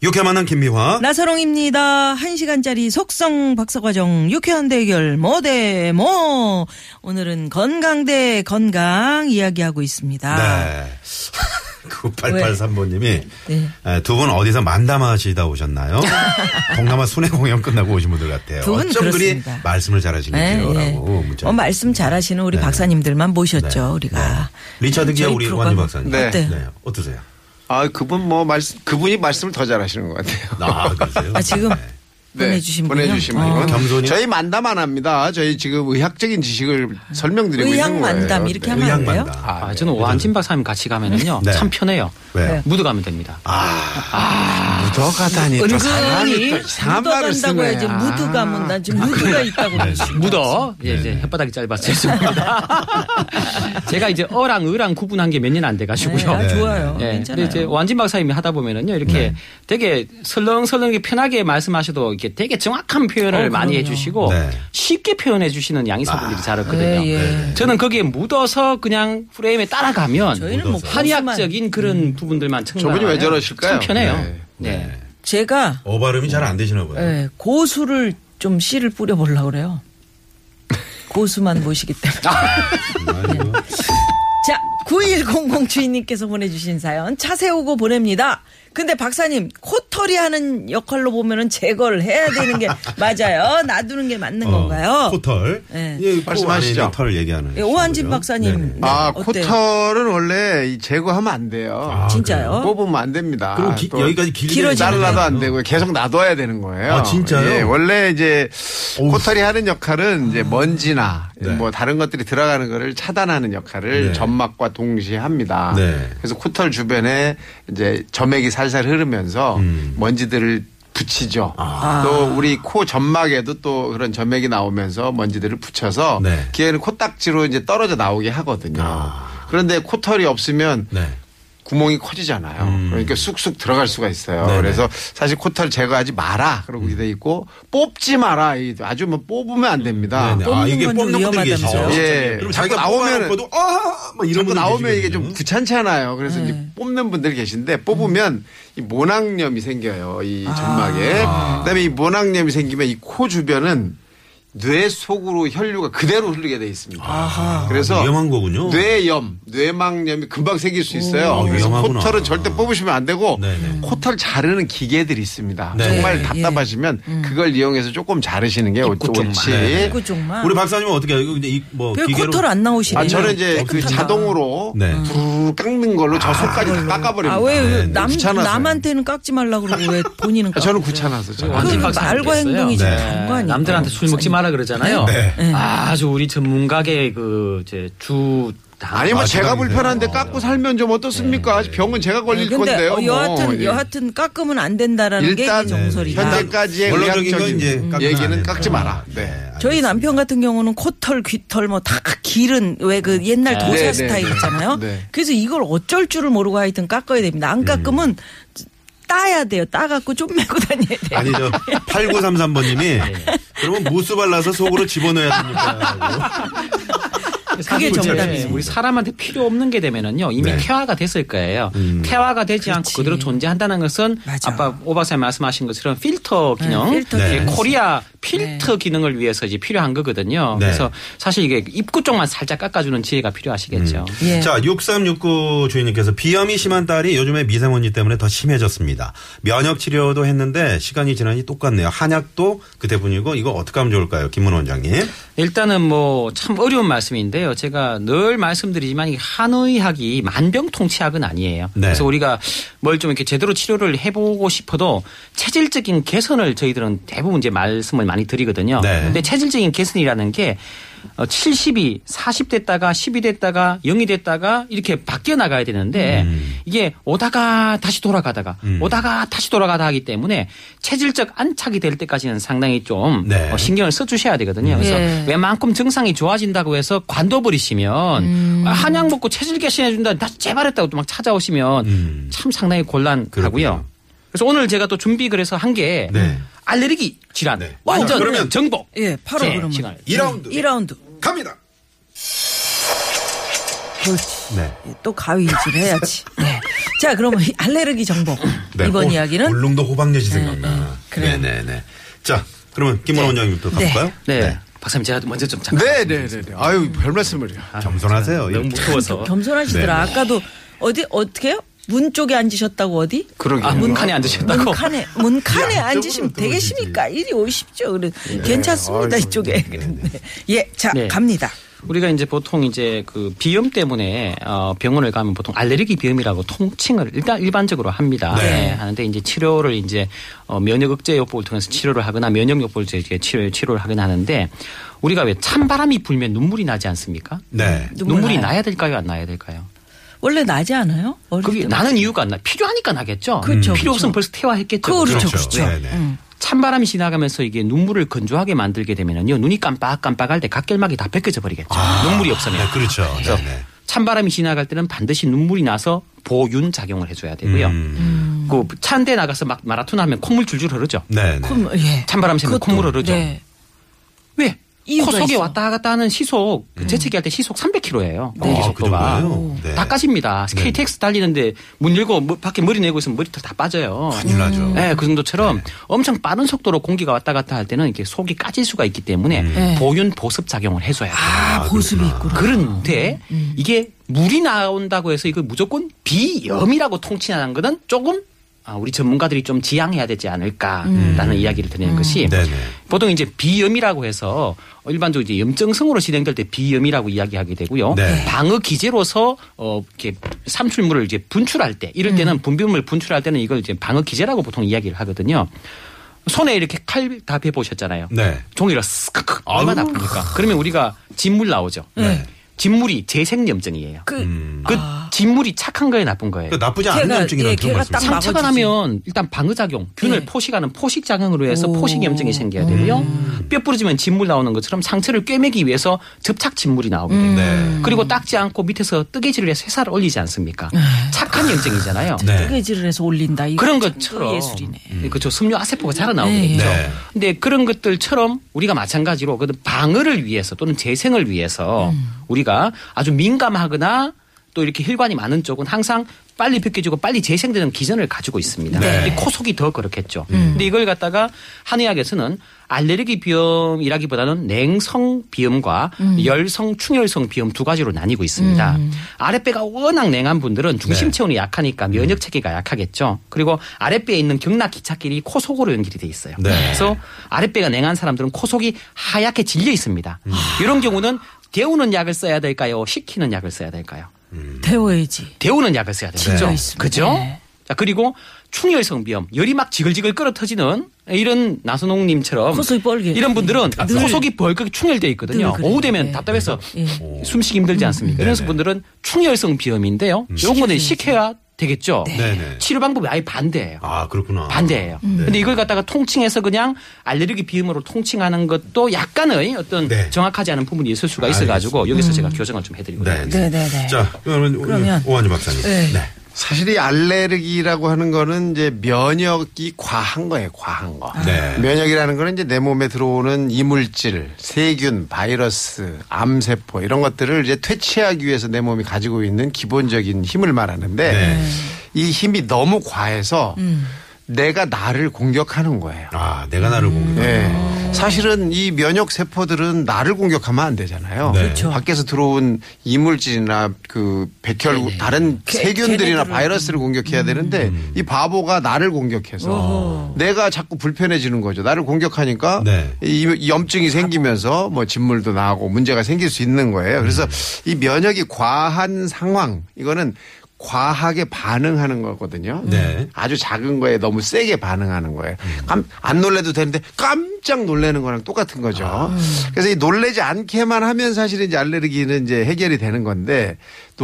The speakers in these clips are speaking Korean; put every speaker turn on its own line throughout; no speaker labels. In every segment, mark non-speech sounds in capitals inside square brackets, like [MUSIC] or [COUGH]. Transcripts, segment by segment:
육회 만난 김미화.
나서롱입니다. 1시간짜리 속성 박사과정 유쾌한 대결 뭐 대 뭐. 오늘은 건강 대 건강 이야기하고 있습니다.
네. [LAUGHS] 9883번님이
네.
두 분 어디서 만담하시다
[LAUGHS]
오셨나요? 동남아 순회 공연 끝나고 오신 분들 같아요.
두분
어쩜 그리
그렇습니다.
말씀을
네,
잘하시는지요?
예, 예.
라고 문자. 네.
어, 말씀 잘하시는 우리 박사님들만 모셨죠, 우리가.
리차드 기아
저희
우리
프로가-
완주 박사님.
네.
어때요?
어떠세요?
아, 그분 뭐 말씀 그분이 말씀을 더 잘하시는 것 같아요.
아, 그러세요?
아, 지금
네.
[LAUGHS] 보내주신 분이요?
보내주신
어.
분이요.
겸손이요?
저희 만담 안 합니다. 저희 지금 의학적인 지식을 설명드리고
아. 의학
있는 거예요.
만담 이렇게
네.
하면 안 돼요?
의학만담.
아, 저는 오한진 박사님 같이 가면은요.
네.
참 편해요.
왜요?
묻어 가면 됩니다.
아, 묻어가다니 또 사람이 또
은근히
이상한 말을
묻어간다고
쓰네. 아,
해야지 무드가 뭐, 난 지금 무드가 있다고
네.
그러지.
묻어. 예,
네,
이제
네.
혓바닥이 짧아서 죄송합니다. [LAUGHS] 제가 이제 어랑 의랑 구분한 게 몇 년 안 돼
네,
가지고요.
아, 좋아요.
예, 근데
괜찮아요.
이제 오한진 박사님이 하다 보면은요.
네.
이렇게 되게 설렁설렁하게 편하게 말씀하셔도 이렇게 되게 정확한 표현을
어,
많이 해
그럼요.
주시고
네.
쉽게 표현해 주시는
아,
양의사분들이 잘했거든요.
예, 예.
저는 거기에 묻어서 그냥 프레임에 따라가면
저희는 뭐 음.
한의학적인 그런 부분들만 첨가.
저분이 왜 저러실까요?
참 편해요.
네.
네.
제가
어 발음이 잘 안 되시나 보다. 요
예, 고수를 좀 씨를 뿌려보려고
[LAUGHS]
그래요. 고수만 모시기 때문에.
아,
네. 자, 9100 주인님께서 보내주신 사연 차 세우고 보냅니다. 근데 박사님 코털이 하는 역할로 보면은 제거를 해야
[LAUGHS]
되는 게 맞아요. 놔두는 게 맞는 건가요?
어, 코털.
네.
예,
말씀하시죠.
말씀하시죠. 털 얘기하는.
예, 오한진
거죠? 네네.
박사님.
아,
어때요?
코털은 원래 이 제거하면 안 돼요. 그
아,
진짜요?
뽑으면 안 됩니다.
그럼 기-
아, 또
여기까지 길게
길어지는
잘라도 안
되나요?
되고 계속 놔둬야 되는 거예요.
아, 진짜요?
예, 원래 이제
어우. 아.
코털이 하는 역할은 이제 먼지나
네.
뭐 다른 것들이 들어가는 거를 차단하는 역할을
네.
점막과 동시에 합니다.
네.
그래서 코털 주변에 이제 점액이 살살 흐르면서
음. 아.
먼지들을 붙이죠. 또 우리 코 점막에도 또 그런 점액이 나오면서 먼지들을 붙여서
네. 아.
기에는 코딱지로 이제 떨어져 나오게 하거든요. 그런데 코털이 없으면
네.
구멍이 커지잖아요. 그러니까 쑥쑥 들어갈 수가 있어요.
음. 네네. 음.
그래서 사실 코털 제거하지 마라. 그러고 돼 있고 뽑지 마라. 이 아주 뭐 뽑으면 안 됩니다.
네네. 아,
뽑는 건 좀
계시죠?
위험하다면서요?
네.
예.
그럼
자꾸
자기가
나오면은-
나오면은 아, 막 이런
자꾸
분들
나오면 이게 좀
계시거든요.
귀찮잖아요. 그래서
네.
이제 뽑는 분들 계신데 뽑으면
음.
이 모낭염이 생겨요. 이
아.
점막에. 그다음에 이 모낭염이 생기면 이 코 주변은 뇌 속으로 혈류가 그대로 흐르게 돼 있습니다.
아,
그래서
위험한 거군요.
뇌염, 뇌망염이 금방 생길 수
오.
있어요.
아,
그래서
위험하구나.
코털은 절대 뽑으시면 안 되고
네네.
코털 자르는 기계들이 있습니다.
네.
정말
예,
답답하시면 그걸 이용해서 조금 자르시는 게
음. 입구 쪽만. 네.
옳지.
그 정말.
우리 박사님은 어떻게 해요? 이거 근데 이뭐
왜
기계로
코털 안 나오시네요. 어,
아, 저는 이제 그
깨끗하다.
자동으로
네.
부르르 깎는 걸로 저 속까지 다 깎아버립니다.
아, 왜
네, 네.
남,
귀찮아서.
남한테는 깎지 말라 그러고 왜 본인은
아,
깎
저는 귀찮아서. 저는.
그
완전 박사님
말과
됐어요.
행동이 지금
네.
다른 거 아니에요?
남들한테 술 먹지 마라 그러잖아요. 네.
네.
아주 우리 전문가계 그제주
아니 뭐
아,
제가
죄송합니다.
불편한데 깎고 살면 좀 어떻습니까? 아직 병은 제가 걸릴
근데
건데요.
어,
뭐.
여하튼
예.
여하튼 깎으면 안 된다라는 게
일단
이 정설이다.
현재까지의
원론적인 건
의학적인
이제 깎으면 안
얘기는
된다.
깎지 마라.
네.
네.
아, 저희 남편 같은 경우는 코털, 귀털 뭐 다 길은 왜 그 옛날 도사
네, 네,
스타일
네.
있잖아요.
네. 음.
그래서 이걸 어쩔 줄을 모르고 하여튼 깎아야 됩니다. 안 깎으면 따야 돼요. 따갖고 좀 메고 다녀야 돼요.
아니 [LAUGHS] 저 8933번님이
예.
그러면 무스 발라서 속으로 집어넣어야
[LAUGHS]
됩니까?
그게 정답이에요.
우리 사람한테 필요 없는 게 되면은요 이미
네.
태화가 됐을 거예요.
음.
태화가 되지 않고
그렇지.
그대로 존재한다는 것은
맞아.
아빠 오박사님 말씀하신 것처럼 필터 기능, 네.
네, 필터
이게
기능.
코리아 필터 기능을 위해서 이제 필요한 거거든요.
네.
그래서 사실 이게 입구 쪽만 살짝 깎아주는 지혜가 필요하시겠죠.
예.
자, 6369 주인님께서 비염이 심한 딸이 요즘에 미세먼지 때문에 더 심해졌습니다. 면역 치료도 했는데 시간이 지나니 똑같네요. 한약도 그때뿐이고 이거 어떻게 하면 좋을까요? 김문 원장님.
일단은 뭐 참 어려운 말씀인데요. 제가 늘 말씀드리지만 이 한의학이 만병통치약은 아니에요.
네.
그래서 우리가 뭘 좀 이렇게 제대로 치료를 해보고 싶어도 체질적인 개선을 저희들은 대부분 이제 말씀을 많이 드리거든요.
네.
근데 체질적인 개선이라는 게 어, 70이 40 됐다가 10이 됐다가 0이 됐다가 이렇게 바뀌어 나가야 되는데
음.
이게 오다가 다시 돌아가다가 오다가 다시 돌아가다 하기 때문에 체질적 안착이 될 때까지는 상당히 좀
네.
어, 신경을 써 주셔야 되거든요. 그래서
예.
웬만큼 증상이 좋아진다고 해서 관둬버리시면
음.
한약 먹고 체질 개선해 준다 나 재발했다고 또 막 찾아오시면
음.
참 상당히
그렇군요.
곤란하고요. 그래서 오늘 제가 또 준비 그래서 한 게
네.
알레르기 질환
네.
완전
어, 그러면
정복.
예, 바로
네,
그러면.
시간.
2라운드.
1라운드.
갑니다.
그렇지. 예,
네.
또 가위질 해야지. 네. 자, 그러면 이 알레르기 정복.
네.
이번
어,
올-
이야기는 네,
울릉도 호박여지 생각나.
그래요.
네네네. 자, 그러면 김원원 원장님부터
네.
가볼까요?
네. 박사님 제가 먼저 좀 잠깐.
네, 네, 네, 네. 아유, 별 말씀을요.
아,
겸손하세요.
너무
이렇게.
무서워서.
겸손하시더라.
네.
아까도 어디 어떻게 요문 쪽에 앉으셨다고 어디?
그러게요.
아, 문칸에 앉으셨다고.
문칸에 문칸에
야,
앉으시면
이쪽으로 들어오시지.
되겠습니까? 이리 오십시오. 그래. 괜찮습니다.
네, 아이고,
이쪽에.
네.
그런데 예, 자
네.
갑니다.
우리가 이제 보통 이제 그 비염 때문에 어 병원을 가면 보통 알레르기 비염이라고 통칭을 일단 일반적으로 합니다.
네.
예, 하는데 이제 치료를 이제 어 면역 억제 요법을 통해서 치료를 하거나 면역 요법을 이제 치료 치료를 하긴 하는데 우리가 왜 찬바람이 불면 눈물이 나지 않습니까?
네.
눈물
눈물 이
나요.
나야 될까요? 안 나야 될까요?
원래 나지 않아요? 어릴
그게
때부터.
나는 이유가 안 나. 필요하니까 나겠죠.
그렇죠, 그렇죠.
필요 없으면 벌써 퇴화했겠죠.
그렇죠,
그렇죠?
그렇죠.
네네.
찬바람이 지나가면서 이게 눈물을 건조하게 만들게 되면요 눈이 깜빡깜빡할 때 각결막이 다 벗겨져 버리겠죠. 눈물이 없으면.
네, 그렇죠.
그래서
네네.
찬바람이 지나갈 때는 반드시 눈물이 나서 보윤 작용을 해줘야 되고요.
음.
그 찬데 나가서 막 마라톤 하면 콧물 줄줄 흐르죠.
네네.
그럼, 예.
찬바람 새면
그것도,
콧물 흐르죠.
네.
왜?
이유가
코 속에
있어.
왔다 갔다 하는 시속 그 재채기할 때 시속 300km예요.
네. 음. 아, 그
속도가.
정도예요? 네.
다 까집니다.
네.
KTX 달리는데 문 열고 뭐 밖에 머리 내고 있으면 머리털 다 빠져요.
큰일 나죠.
네, 그 정도처럼 엄청 빠른 속도로 공기가 왔다 갔다 할 때는 이렇게 속이 까질 수가 있기 때문에
음.
네.
보윤 보습 작용을 해줘야 돼요.
아, 보습이 있구나.
그런데
음,
이게 물이 나온다고 해서 이걸 무조건 비염이라고 통칭하는 것은 조금 아, 우리 전문가들이 좀 지양해야 되지 않을까라는 이야기를 드리는 것이
음. 네네.
보통 이제 비염이라고 해서 일반적으로 이제 염증성으로 진행될 때 비염이라고 이야기하게 되고요.
네.
방어 기제로서 어 이렇게 삼출물을 이제 분출할 때 이럴 때는
음.
분비물 분출할 때는 이걸 이제 방어 기제라고 보통 이야기를 하거든요. 손에 이렇게 칼 다 베 보셨잖아요.
네.
종이로 스크크 얼마나
아유.
아픕니까? 그러면 우리가 진물 나오죠.
네.
진물이 재생염증이에요. 그,
그
음.
진물이 착한 거예요, 나쁜 거예요.
그러니까 나쁘지 않은
걔가,
염증이라는
예,
그런
걔가
말씀.
딱 막-
상처가
막아주지.
나면 일단 방어작용, 균을
네.
포식하는 포식작용으로 해서
오.
포식염증이 생겨야 되고요. 뼈 부러지면 진물 나오는 것처럼 상처를 꿰매기 위해서 접착 진물이 나오게 돼요.
네.
그리고 닦지 않고 밑에서 뜨개질을 해서 회사를 올리지 않습니까? 착한 염증이잖아요.
네.
뜨개질을 해서 올린다. 이거
그런
참
것처럼
예술이네.
그렇죠. 섬유 아세포가 자라나오게
네.
되죠.
네.
근데 그런 것들처럼 우리가 마찬가지로 그 방어를 위해서 또는 재생을 위해서
음.
우리가 아주 민감하거나 또 이렇게 혈관이 많은 쪽은 항상 빨리 벗겨지고 빨리 재생되는 기전을 가지고 있습니다.
네. 음.
근데 코 속이 더 그렇겠죠. 근데 이걸 갖다가 한의학에서는 알레르기 비염이라기보다는 냉성 비염과
음.
열성 충혈성 비염 두 가지로 나뉘고 있습니다. 아랫배가 워낙 냉한 분들은 중심
네. 음.
체온이 약하니까 면역 체계가 약하겠죠. 그리고 아랫배에 있는 경락 기착길이 코 속으로 연결이 돼 있어요.
네.
그래서 아랫배가 냉한 사람들은 코 속이 하얗게 질려 있습니다.
음.
이런 경우는 데우는 약을 써야 될까요? 식히는 약을 써야 될까요?
데워야지.
데우는 약을 써야 되죠.
질려
있습니다.
그죠?
네.
자, 그리고 충혈성 비염, 열이 막 지글지글 끓어 터지는 이런 나선홍 님처럼
코속이 뻘게. 아,
이런 분들은
늘.
코속이 벌겋게 충혈돼 있거든요.
늘 그래요.
오후 되면
네.
답답해서
예.
숨 쉬기 힘들지
네,
않습니까? 이런 분들은 충혈성 비염인데요. 이런 거는 식혀야 되겠죠.
음. 네네.
치료 방법이 아예 반대예요.
아, 그렇구나.
어. 반대예요. 근데 이걸 갖다가 통칭해서 그냥 알레르기 비염으로 통칭하는 것도 약간의 어떤
네.
정확하지 않은 부분이 있을 수가 있어가지고 여기서 제가 교정을 좀 해드리고
네.
네, 네, 네.
자, 그러면,
그러면-
오한주 박사님.
네.
네.
사실 이 알레르기라고 하는 거는 이제 면역이 과한 거예요, 과한 거.
네.
면역이라는 거는 이제 내 몸에 들어오는 이물질, 세균, 바이러스, 암세포 이런 것들을 이제 퇴치하기 위해서 내 몸이 가지고 있는 기본적인 힘을 말하는데
네.
이 힘이 너무 과해서 내가 나를 공격하는 거예요.
아, 내가 나를
음.
공격.
예. 사실은 이 면역 세포들은 나를 공격하면 안 되잖아요.
네. 그렇죠.
밖에서 들어온 이물질이나 그 백혈 다른
개-
세균들이나
걔네들은-
바이러스를 공격해야 되는데 이 바보가 나를 공격해서 내가 자꾸 불편해지는 거죠. 나를 공격하니까
네.
이 염증이 생기면서 뭐 진물도 나고 문제가 생길 수 있는 거예요. 그래서 이 면역이 과한 상황 이거는 과하게 반응하는 거거든요.
네.
음. 아주 작은 거에 너무 세게 반응하는 거예요. 깜, 안 놀래도 되는데 깜짝 놀래는 거랑 똑같은 거죠. 그래서 이 놀래지 않게만 하면 사실은 이제 알레르기는 이제 해결이 되는 건데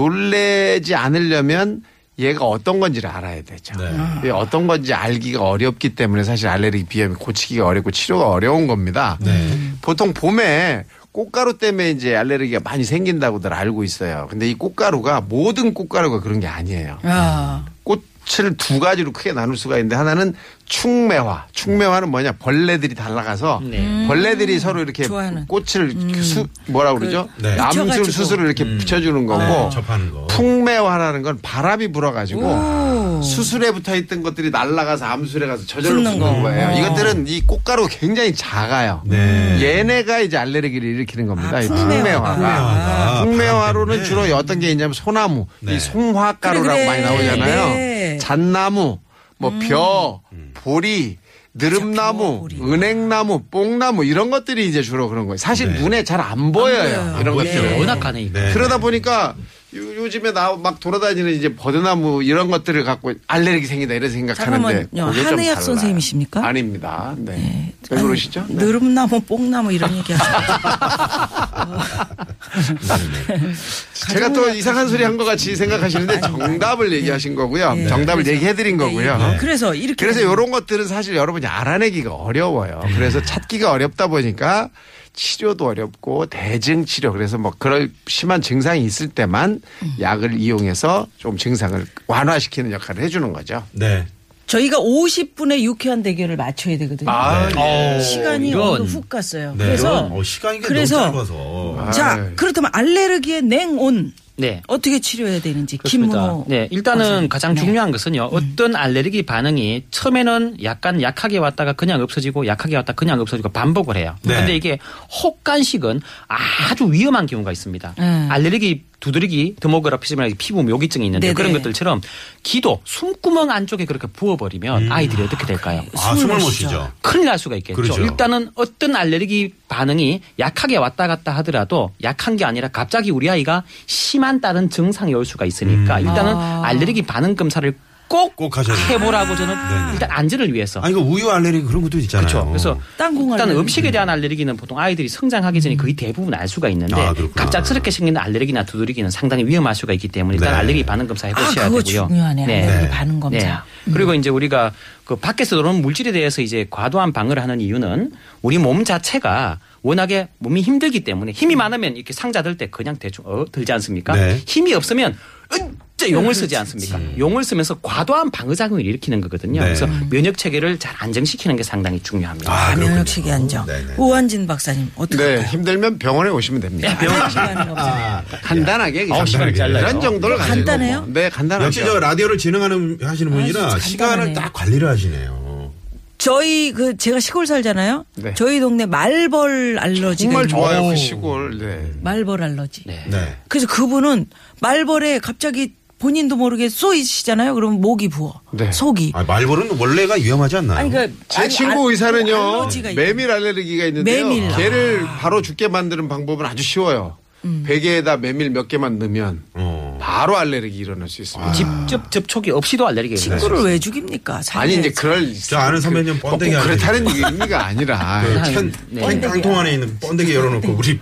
놀래지 않으려면 얘가 어떤 건지를 알아야 되죠. 이게 어떤 건지 알기가 어렵기 때문에 사실 알레르기 비염이 고치기가 어렵고 치료가 어려운 겁니다. 보통 봄에 꽃가루 때문에 이제 알레르기가 많이 생긴다고들 알고 있어요. 근데 이 꽃가루가 모든 꽃가루가 그런 게 아니에요.
아,
꽃을 두 가지로 크게 나눌 수가 있는데 하나는 충매화. 충매화는 뭐냐? 벌레들이 달라가서
네.
벌레들이 서로 이렇게
음, 좋아하는. 음.
꽃을 수, 뭐라 고 그러죠?
네.
암술
붙여가지고.
수술을 이렇게 붙여주는 거고
네, 접하는 거.
풍매화라는 건 바람이 불어가지고 수술에 붙어있던 것들이 날아가서 암술에 가서 저절로
붙는
붙는
거. 어.
거예요. 이것들은 이 꽃가루 굉장히 작아요.
네.
얘네가 이제 알레르기를 일으키는 겁니다.
아,
이
풍매화.
풍매화가.
풍매화가. 풍매화로는
아, 바람 때문에.
아, 주로 어떤 게 있냐면 소나무,
네.
이 송화가루라고
그래, 그래.
많이 나오잖아요.
네. 음.
잣나무, 뭐 벼,
음.
보리, 느릅나무,
보리.
은행나무, 뽕나무 이런 것들이 이제 주로 그런 거예요. 사실
네.
눈에 잘 안 보여요. 이런
네.
것들은.
워낙 가네.
네.
그러다 보니까 요, 즘에 나 막 돌아다니는 이제 버드나무 이런 것들을 갖고 알레르기 생기다 이런 생각하는데
잠깐만요.
그게 좀
한의학
달라요.
선생님이십니까? 아,
아닙니다. 네. 왜 그러시죠? 네.
느릅나무, 뽕나무 이런 얘기
[LAUGHS]
하시죠.
제가 또 이상한 소리 한 것 같이 생각하시는데 정답을 얘기하신 거고요.
네. 예.
정답을 얘기해 드린 거고요.
그래서 이렇게.
그래서 이런 것들은 사실 여러분이 알아내기가 어려워요. 그래서 찾기가 어렵다 보니까 치료도 어렵고 대증 치료 그래서 뭐 그럴 심한 증상이 있을 때만 약을 이용해서 좀 증상을 완화시키는 역할을 해주는 거죠.
네.
저희가 50분의 유쾌한 대결을 맞춰야 되거든요.
아,
네.
네. 시간이
이건.
어느 훅 갔어요.
네.
그래서
이건, 어, 시간이 너무
그래서
짧아서.
자
예.
그렇다면 알레르기의 냉온
네.
어떻게 치료해야 되는지
그렇습니다.
김문호
네, 일단은
선생님.
가장
네.
중요한 것은요. 어떤 알레르기 반응이 처음에는 약간 약하게 왔다가 그냥 없어지고 약하게 왔다 가 그냥 없어지고 반복을 해요.
네.
그런데 이게 혹간식은 아주 위험한 경우가 있습니다.
네.
알레르기 두드러기 드모그라피즘이나 피부 묘기증이 있는데
네네.
그런 것들처럼 기도 숨구멍 안쪽에 그렇게
음.
부어버리면 아이들이 어떻게 될까요?
아, 숨을 못 쉬죠.
큰일 날 수가 있겠죠.
그렇죠.
일단은 어떤 알레르기 반응이 약하게 왔다 갔다 하더라도 약한 게 아니라 갑자기 우리 아이가 심한 다른 증상이 올 수가 있으니까 일단은
아.
알레르기 반응 검사를 꼭,
음. 꼭 하셔야 돼요.
해보라고 저는
네네.
일단 안전을 위해서.
아, 이거 우유 알레르기 그런 것도 있잖아요.
그렇죠. 그래서
땅콩 음.
일단
알레르기.
음식에 대한 알레르기는 보통 아이들이 성장하기 전에 거의 대부분 알 수가 있는데
아, 그렇구나.
갑작스럽게 생기는 알레르기나 두드러기는 상당히 위험할 수가 있기 때문에 일단
네.
알레르기 반응 검사 해보셔야
아, 그거
되고요.
중요하네. 알레르기
네.
반응 검사.
아,
예. 그리고 이제 우리가 그 밖에서 들어오는 물질에 대해서 이제 과도한 방어를 하는 이유는 우리 몸 자체가 워낙에 몸이 힘들기 때문에 힘이 많으면 이렇게 상자 들 때 그냥 대충 어 들지 않습니까?
네.
힘이 없으면 으째 용을 쓰지 않습니까? 용을 쓰면서 과도한 방어 작용을 일으키는 거거든요.
네.
그래서 면역 체계를 잘 안정시키는 게 상당히 중요합니다.
아, 그렇군요.
면역 체계 안정
네네.
오한진 박사님 아, 어떻게
네, 힘들면 병원에 아. 오시면 됩니다.
알레르기 반응 검사
아,
간단하게
아우, 어, 시간이 잘라요.
이런 정도를 가지고
간단해요?
뭐. 네,
역시
간단하죠.
저 라디오를 진행하는 하시는 분이라
아, 진짜
시간을
간단하네요.
딱 관리를 하시네요.
저희 그 제가 시골 살잖아요.
네.
저희 동네 말벌 알러지가
정말
있는
좋아요
거예요.
그 시골. 네.
말벌 알러지.
네.
그래서 그분은 말벌에 갑자기 본인도 모르게 쏘이시잖아요. 그러면 목이 부어.
네.
속이.
아, 말벌은 원래가 위험하지 않나요?
아니 그러니까
제
알-
친구
알-
의사는요
알러지가 있-
메밀 알레르기가 있는데요.
메밀. 아.
걔를 바로 죽게 만드는 방법은 아주 쉬워요.
음.
베개에다 메밀 몇 개만 넣으면
어.
바로 알레르기 일어날 수
아.
있습니다.
직접 접촉이 없이도 알레르기가
네.
있어요.
친구를 왜 죽입니까?
아니 이제 그럴
저 아는 선배님 번데기
꼭
알레르기.
그렇다는
[LAUGHS]
의미가 아니라
그
네.
캔, 캔 깡통 안에 있는 번데기 열어놓고
[LAUGHS]
우리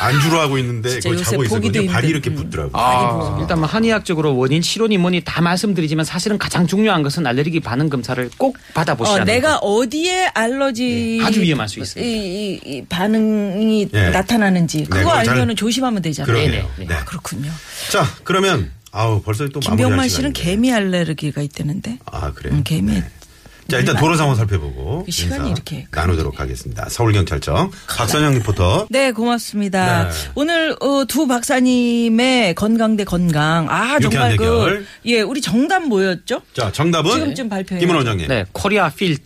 안주로 하고 있는데
진짜
그걸
요새
자고 있어요.
보기도
그냥 발이
힘든-
이렇게
음.
붙더라고요.
일단 뭐 한의학적으로 원인, 실온이 뭐니 다 말씀드리지만 사실은 가장 중요한 것은 알레르기 반응 검사를 꼭
어,
받아보시라는
내가 어디에 알러지
예, 아주 위험할 수 있습니다.
이, 이, 이 반응이
예.
나타나는지 그거
그걸 잘-
알면은 조심하면 되잖아요.
그러네요.
네,
네.
네.
아, 그렇군요.
자, 그러면 아우 벌써 또
김병만
마무리할
씨는
시간인데.
개미 알레르기가 있다는데.
아 그래요.
음, 개미. 음.
자 일단 도로 상황 살펴보고
그 시간이
인사
이렇게
나누도록 하겠습니다. 서울경찰청 박선영 리포터.
네, 고맙습니다.
네.
오늘 어, 두 박사님의 건강 대 건강. 아, 정말
유쾌한
그
대결.
예, 우리 정답 뭐였죠?
자 정답은
지금쯤 발표해요.
네.
김은 원장님.
네, 코리아 필터.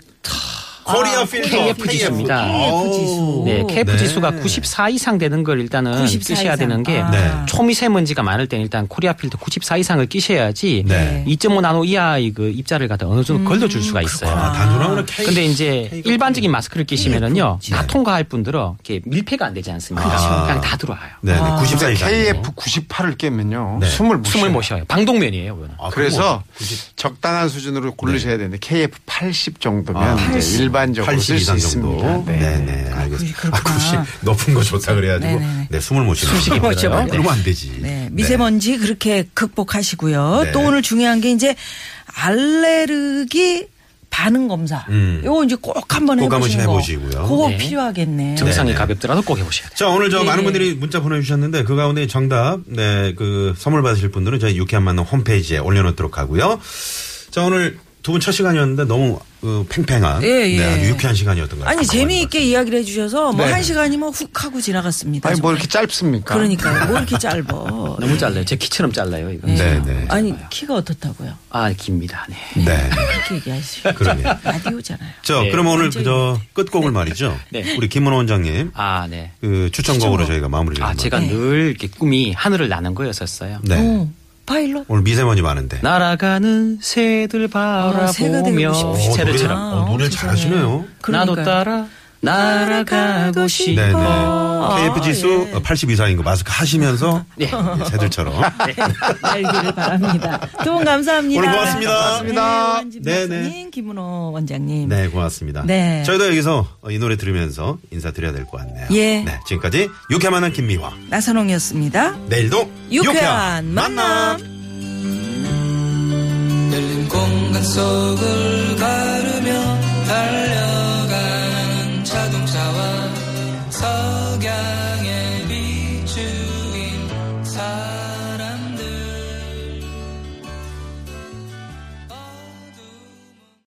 코리아 필터.
KF 지수입니다.
KF 지수.
네, KF
네.
지수가 94 이상 되는 걸 일단은
94
끼셔야
이상.
되는 게
아.
네.
초미세먼지가 많을 때는 일단 코리아 필터 94 이상을 끼셔야지
네.
2.5 나노 이하의 그 입자를 갖다 어느
음,
정도 걸러줄 수가 있어요.
아, 단순하구나. K.
근데 이제
K가
일반적인 마스크를 끼시면은요
KF.
다
네.
통과할 분들은 이렇게 밀폐가 안 되지 않습니까?
아.
그냥 다 들어와요.
네, 네. 94 이상.
KF98을 깨면요.
네.
숨을 못
숨을
쉬어요.
못 쉬어요. 방독면이에요. 이거는.
아,
그래서
그럼 뭐, 네.
적당한 수준으로 고르셔야 되는데 KF80 정도면
아,
이제
80.
일반적으로
80
쓸 수
이상 정도.
있습니다. 네.
네네. 알겠습니다. 아,
그렇구나.
90 높은 거 좋다 그래가지고.
네네네.
네, 숨을 못 쉬는.
숨쉬기
거.
힘들어요.
그러면 안 되지.
네, 미세먼지 그렇게 극복하시고요.
네.
또 오늘 중요한 게 이제 알레르기 반응 검사.
음.
요거 이제 꼭 한번
꼭 한번
해보시는 거.
해보시고요.
그거
네.
필요하겠네.
증상이 가볍더라도 꼭 해보셔야
네.
돼요.
자, 오늘
예.
저 많은 분들이 문자 보내주셨는데 그 가운데 정답, 네, 그 선물 받으실 분들은 저희 유쾌한 만남 홈페이지에 올려놓도록 하고요. 자, 오늘 두 분 첫 시간이었는데 너무 그 팽팽한,
예, 예.
네, 아주 유쾌한 시간이었던 것 같아요.
아니 재미있게 이야기를 해주셔서 뭐
네.
한 시간이면 훅 하고 지나갔습니다.
아니 뭐
정말.
이렇게 짧습니까?
그러니까요. 뭐 이렇게
[LAUGHS]
짧어.
너무 잘라요. 제 키처럼 잘라요. 이거.
네, 네.
아니 키가 어떻다고요?
아 깁니다. 네.
[LAUGHS] 네.
이렇게 얘기하시죠.
그러면.
라디오잖아요.
저,
네.
그럼 오늘 그저 끝곡을 말이죠.
네.
우리 김은호 원장님.
아 네.
그 추천곡으로 저희가 마무리를
아
한번.
제가
네.
늘 이렇게 꿈이 하늘을 나는 거였었어요.
네.
어, 파일럿.
오늘 미세먼지 많은데.
날아가는 새들
아, 새가
바라보며
되고 싶으시구나.
새들처럼
어, 노래
아,
잘하시네요.
나도
그러니까요.
따라 날아가고 싶어.
네네.
아,
KF 지수
예.
80 이상인 거 마스크 하시면서
[LAUGHS] 네.
예, 새들처럼.
[LAUGHS] 알기를 바랍니다. 두 분 감사합니다.
오늘 고맙습니다.
고맙습니다.
네,
네네.
네. 김은호 원장님.
네, 고맙습니다.
네.
저희도 여기서 이 노래 들으면서 인사드려야 될 것 같네요.
예.
네, 지금까지 유쾌한 만남 김미화.
나선홍이었습니다.
내일도
유쾌한 만남.
열린 공간 속을 가르며 달려가는 자동차와 석양에 비추인 사